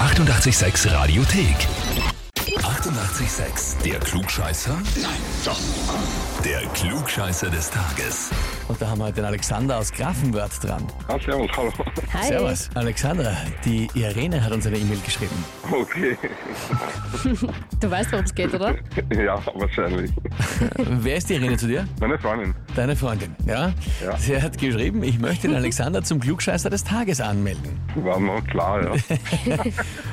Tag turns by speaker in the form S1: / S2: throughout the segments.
S1: 886 Radiothek. 88,6. Der Klugscheißer? Nein, doch. Der Klugscheißer des Tages.
S2: Und da haben wir halt den Alexander aus Grafenwörth dran.
S3: Ah, servus, hallo.
S4: Hi.
S2: Servus. Alexander, die Irene hat uns eine E-Mail geschrieben.
S3: Okay.
S4: Du weißt, worum es geht, oder?
S3: Ja, wahrscheinlich.
S2: Wer ist die Irene zu dir?
S3: Meine Freundin.
S2: Deine Freundin, ja?
S3: Ja.
S2: Sie hat geschrieben, ich möchte den Alexander zum Klugscheißer des Tages anmelden,
S3: War noch klar, ja.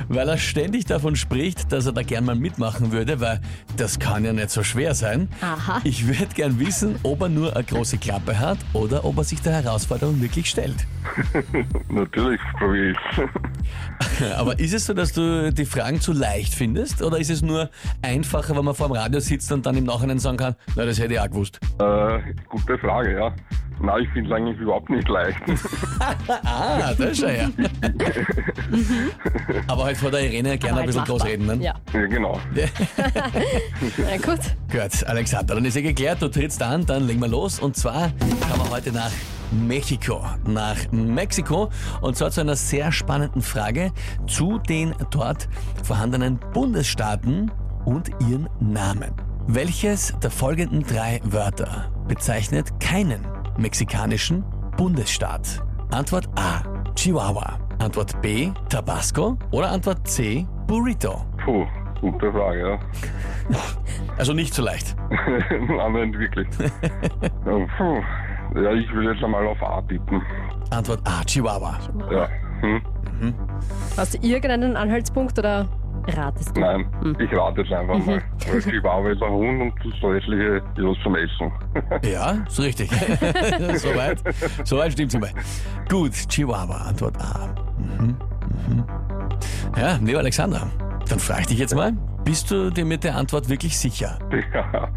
S2: weil er ständig davon spricht, dass er da gern mal mitmachen würde, weil das kann ja nicht so schwer sein.
S4: Aha.
S2: Ich würde gern wissen, ob er nur eine große Klappe hat oder ob er sich der Herausforderung wirklich stellt.
S3: Natürlich probiere ich
S2: Äh, Aber ist es so, dass du die Fragen zu leicht findest? Oder ist es nur einfacher, wenn man vor dem Radio sitzt und dann im Nachhinein sagen kann, na, das hätte ich auch gewusst?
S3: äh, Gute Frage, ja. Nein, ich finde es eigentlich überhaupt nicht leicht.
S2: Ah, das ist ja. ja. Aber halt vor der Irene gerne ein
S4: halt
S2: bisschen
S4: machbar.
S2: groß reden. Ne?
S4: Ja.
S3: Ja, genau.
S4: Na gut.
S2: Gut, Alexander, dann ist ja geklärt, du trittst an, dann legen wir los. Und zwar schauen wir heute nach Mexiko. Nach Mexiko. Und zwar zu einer sehr spannenden Frage zu den dort vorhandenen Bundesstaaten und ihren Namen. Welches der folgenden drei Wörter bezeichnet keinen mexikanischen Bundesstaat? Antwort A. Chihuahua. Antwort B. Tabasco. Oder Antwort C. Burrito.
S3: Puh, gute Frage, ja.
S2: Also nicht so leicht.
S3: Anwend wirklich. Ja, Puh. Ja, ich will jetzt einmal auf A tippen.
S2: Antwort A. Chihuahua.
S3: Ja. Hm?
S4: Hast du irgendeinen Anhaltspunkt oder ratest du?
S3: Nein, ich rate jetzt einfach mal. Weil Chihuahua ist ein Hund und das Restliche ist was zum Essen.
S2: Ja, ist richtig. Soweit so weit stimmt's immer. Gut, Chihuahua, Antwort A. Mhm, mhm. Ja, lieber Alexander, dann frage ich dich jetzt mal, bist du dir mit der Antwort wirklich sicher?
S3: Ja,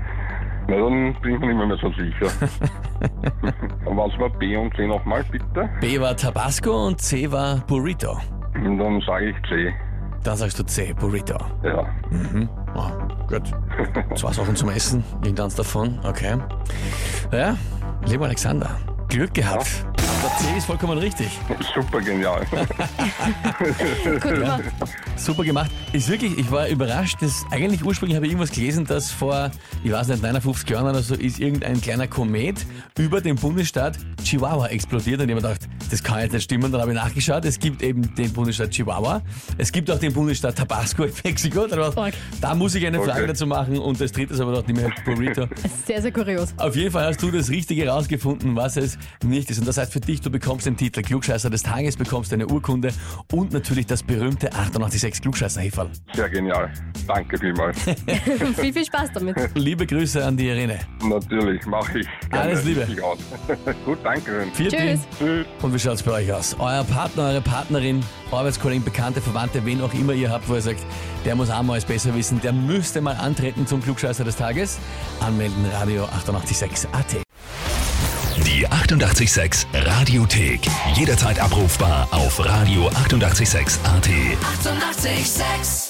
S3: na dann bin ich mir nicht mehr so sicher. Was war B und C nochmal, bitte?
S2: B war Tabasco und C war Burrito.
S3: Und dann sage ich C.
S2: Dann sagst du C, Burrito.
S3: Ja,
S2: Oh, gut. Zwei Sachen zum Essen, irgendeins davon, okay. Ja, lieber Alexander, Glück gehabt. Antwort C ist vollkommen richtig.
S3: super genial.
S4: Gut gemacht.
S2: Super gemacht. Ist wirklich, ich war überrascht, dass eigentlich ursprünglich habe ich irgendwas gelesen, dass vor, ich weiß nicht, 59 Jahren oder so ist irgendein kleiner Komet über dem Bundesstaat Chihuahua explodiert und ich habe mir gedacht, das kann jetzt nicht stimmen. Dann habe ich nachgeschaut, es gibt eben den Bundesstaat Chihuahua, es gibt auch den Bundesstaat Tabasco in Mexiko. Dann habe ich gedacht, Da muss ich eine Frage
S3: Okay.
S2: dazu machen und das dritte ist aber doch nicht mehr Burrito.
S4: Sehr, sehr kurios.
S2: Auf jeden Fall hast du das Richtige rausgefunden, was es nicht ist. Und das heißt für dich, du bekommst den Titel Klugscheißer des Tages, bekommst eine Urkunde und natürlich das berühmte 886 klugscheißer -Häferl.
S3: Sehr genial. Danke vielmals.
S4: viel, viel Spaß damit.
S2: Liebe Grüße an die Irene.
S3: Natürlich, mache ich. gerne.
S2: Alles Liebe.
S3: Richtig aus. Gut, danke.
S2: Viert
S4: Tschüss.
S3: Tschüss.
S2: Und wie schaut's bei euch aus? Euer Partner, eure Partnerin, Arbeitskollegen, Bekannte, Verwandte, wen auch immer ihr habt, wo ihr sagt, der muss einmal es besser wissen, der müsste mal antreten zum Klugscheißer des Tages. Anmelden, Radio 886 AT.
S1: Die 88,6 Radiothek. Jederzeit abrufbar auf radio886.at. 88,6.
S5: Eighty-eight, sex.